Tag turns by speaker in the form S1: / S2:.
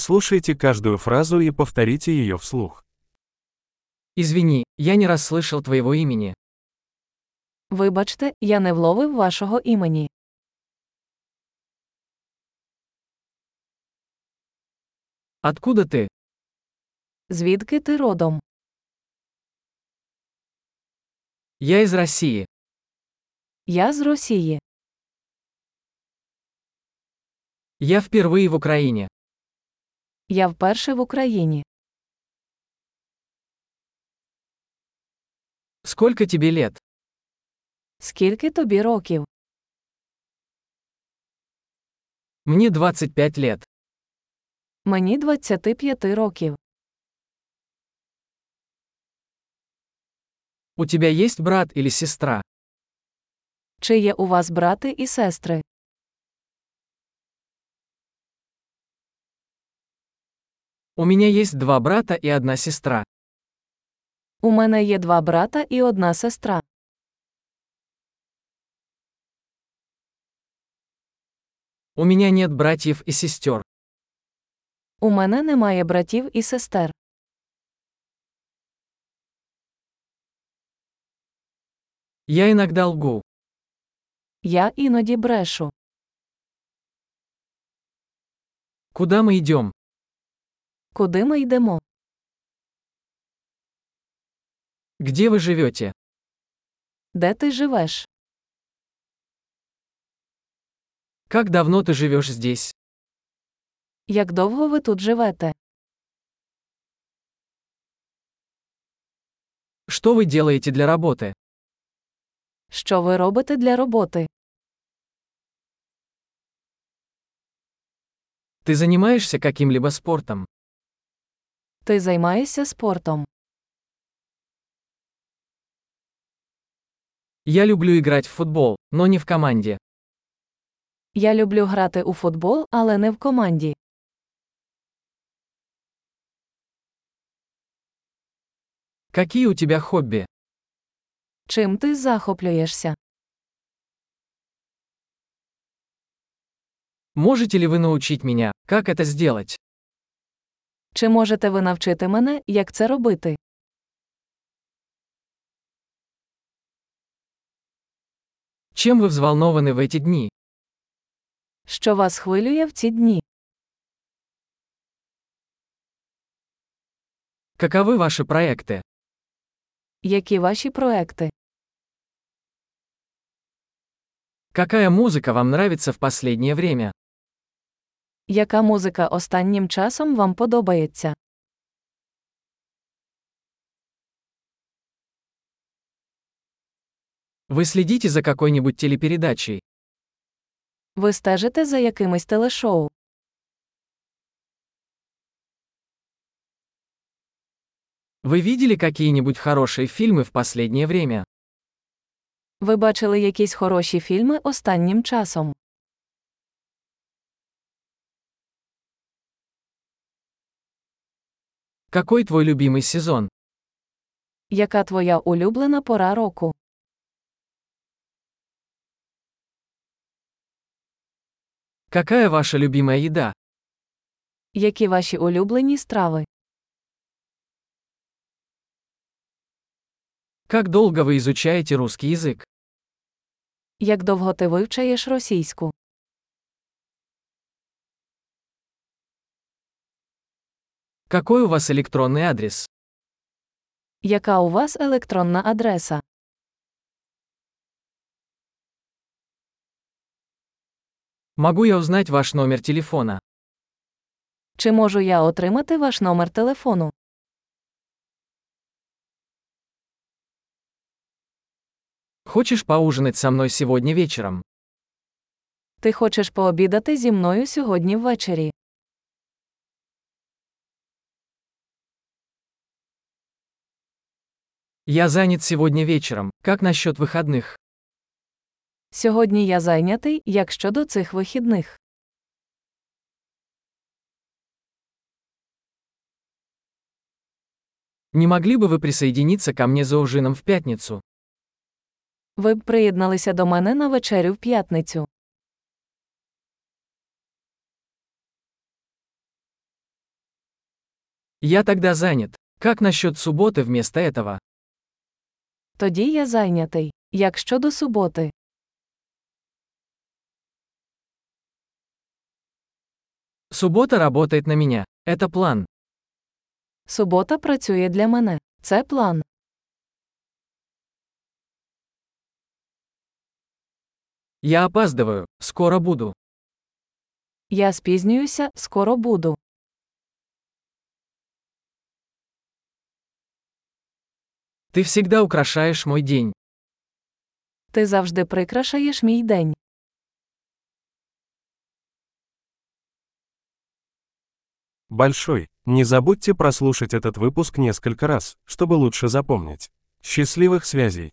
S1: Прослушайте каждую фразу и повторите ее вслух.
S2: Извини, я не расслышал твоего имени.
S3: Вибачте, я не вловив вашого імені.
S2: Откуда ты?
S3: Звідки ти родом?
S2: Я из России.
S3: Я з Росії.
S2: Я впервые в Украине.
S3: Я вперше в Україні.
S2: Сколько тебе лет?
S3: Скільки тобі років?
S2: Мне 25 лет.
S3: Мені 25 років.
S2: У тебя есть брат или сестра?
S3: Чи є у вас брати і сестри?
S2: У меня есть два брата и одна сестра.
S3: У мене є два брата і одна сестра.
S2: У меня нет братьев и сестер.
S3: У мене немає братів і сестер.
S2: Я иногда лгу.
S3: Я іноді брешу.
S2: Куда мы идем?
S3: Куди ми йдемо?
S2: Где вы живете?
S3: Де ти живеш?
S2: Как давно ты живешь здесь?
S3: Як довго ви тут живете?
S2: Что вы делаете для работы?
S3: Що ви робите для роботи?
S2: Ты занимаешься каким-либо спортом?
S3: Ти займаєшся спортом.
S2: Я люблю играть в футбол, но не в команде.
S3: Я люблю грати у футбол, але не в команді.
S2: Какие у тебя хобби?
S3: Чим ти захоплюєшся?
S2: Можете ли вы научить меня, как это сделать?
S3: Чи можете ви навчити мене, як це робити?
S2: Чем вы взволнованы в эти дни?
S3: Що вас хвилює в ці дні?
S2: Каковы ваши проекты?
S3: Які ваші проекти?
S2: Какая музыка вам нравится в последнее время?
S3: Яка музика останнім часом вам подобається?
S2: Вы следите за какой-нибудь телепередачей?
S3: Ви стежите за якимись телешоу?
S2: Вы видели какие-нибудь хорошие фильмы в последнее время?
S3: Ви бачили якісь хороші фільми останнім часом?
S2: Какой твой любимый сезон?
S3: Яка твоя улюблена пора року?
S2: Какая ваша любимая еда?
S3: Які ваші улюблені страви?
S2: Как долго вы изучаете русский язык?
S3: Як довго ти вивчаєш російську?
S2: Какой у вас электронный адрес?
S3: Яка у вас електронна адреса?
S2: Могу я узнать ваш номер телефона?
S3: Чи можу я отримати ваш номер телефону?
S2: Хочешь поужинать со мной сегодня вечером?
S3: Ти хочеш пообідати зі мною сьогодні ввечері?
S2: Я занят сегодня вечером. Как насчет выходных?
S3: Сьогодні я зайнятий, як щодо цих вихідних.
S2: Не могли бы вы присоединиться ко мне за ужином в пятницу?
S3: Ви б приєдналися до мене на вечерю в п'ятницю.
S2: Я тогда занят. Как насчет субботы вместо этого?
S3: Тоді я зайнятий. Як щодо суботи,
S2: Суббота работает на меня. Это план.
S3: субота працює для мене. Це план.
S2: Я опаздываю. Скоро буду.
S3: Я спізнююся, скоро буду.
S2: Ты всегда украшаешь мой день.
S3: Ти завжди прикрашаєш мій день.
S1: Большой. Не забудьте прослушать этот выпуск несколько раз, чтобы лучше запомнить. Счастливых связей!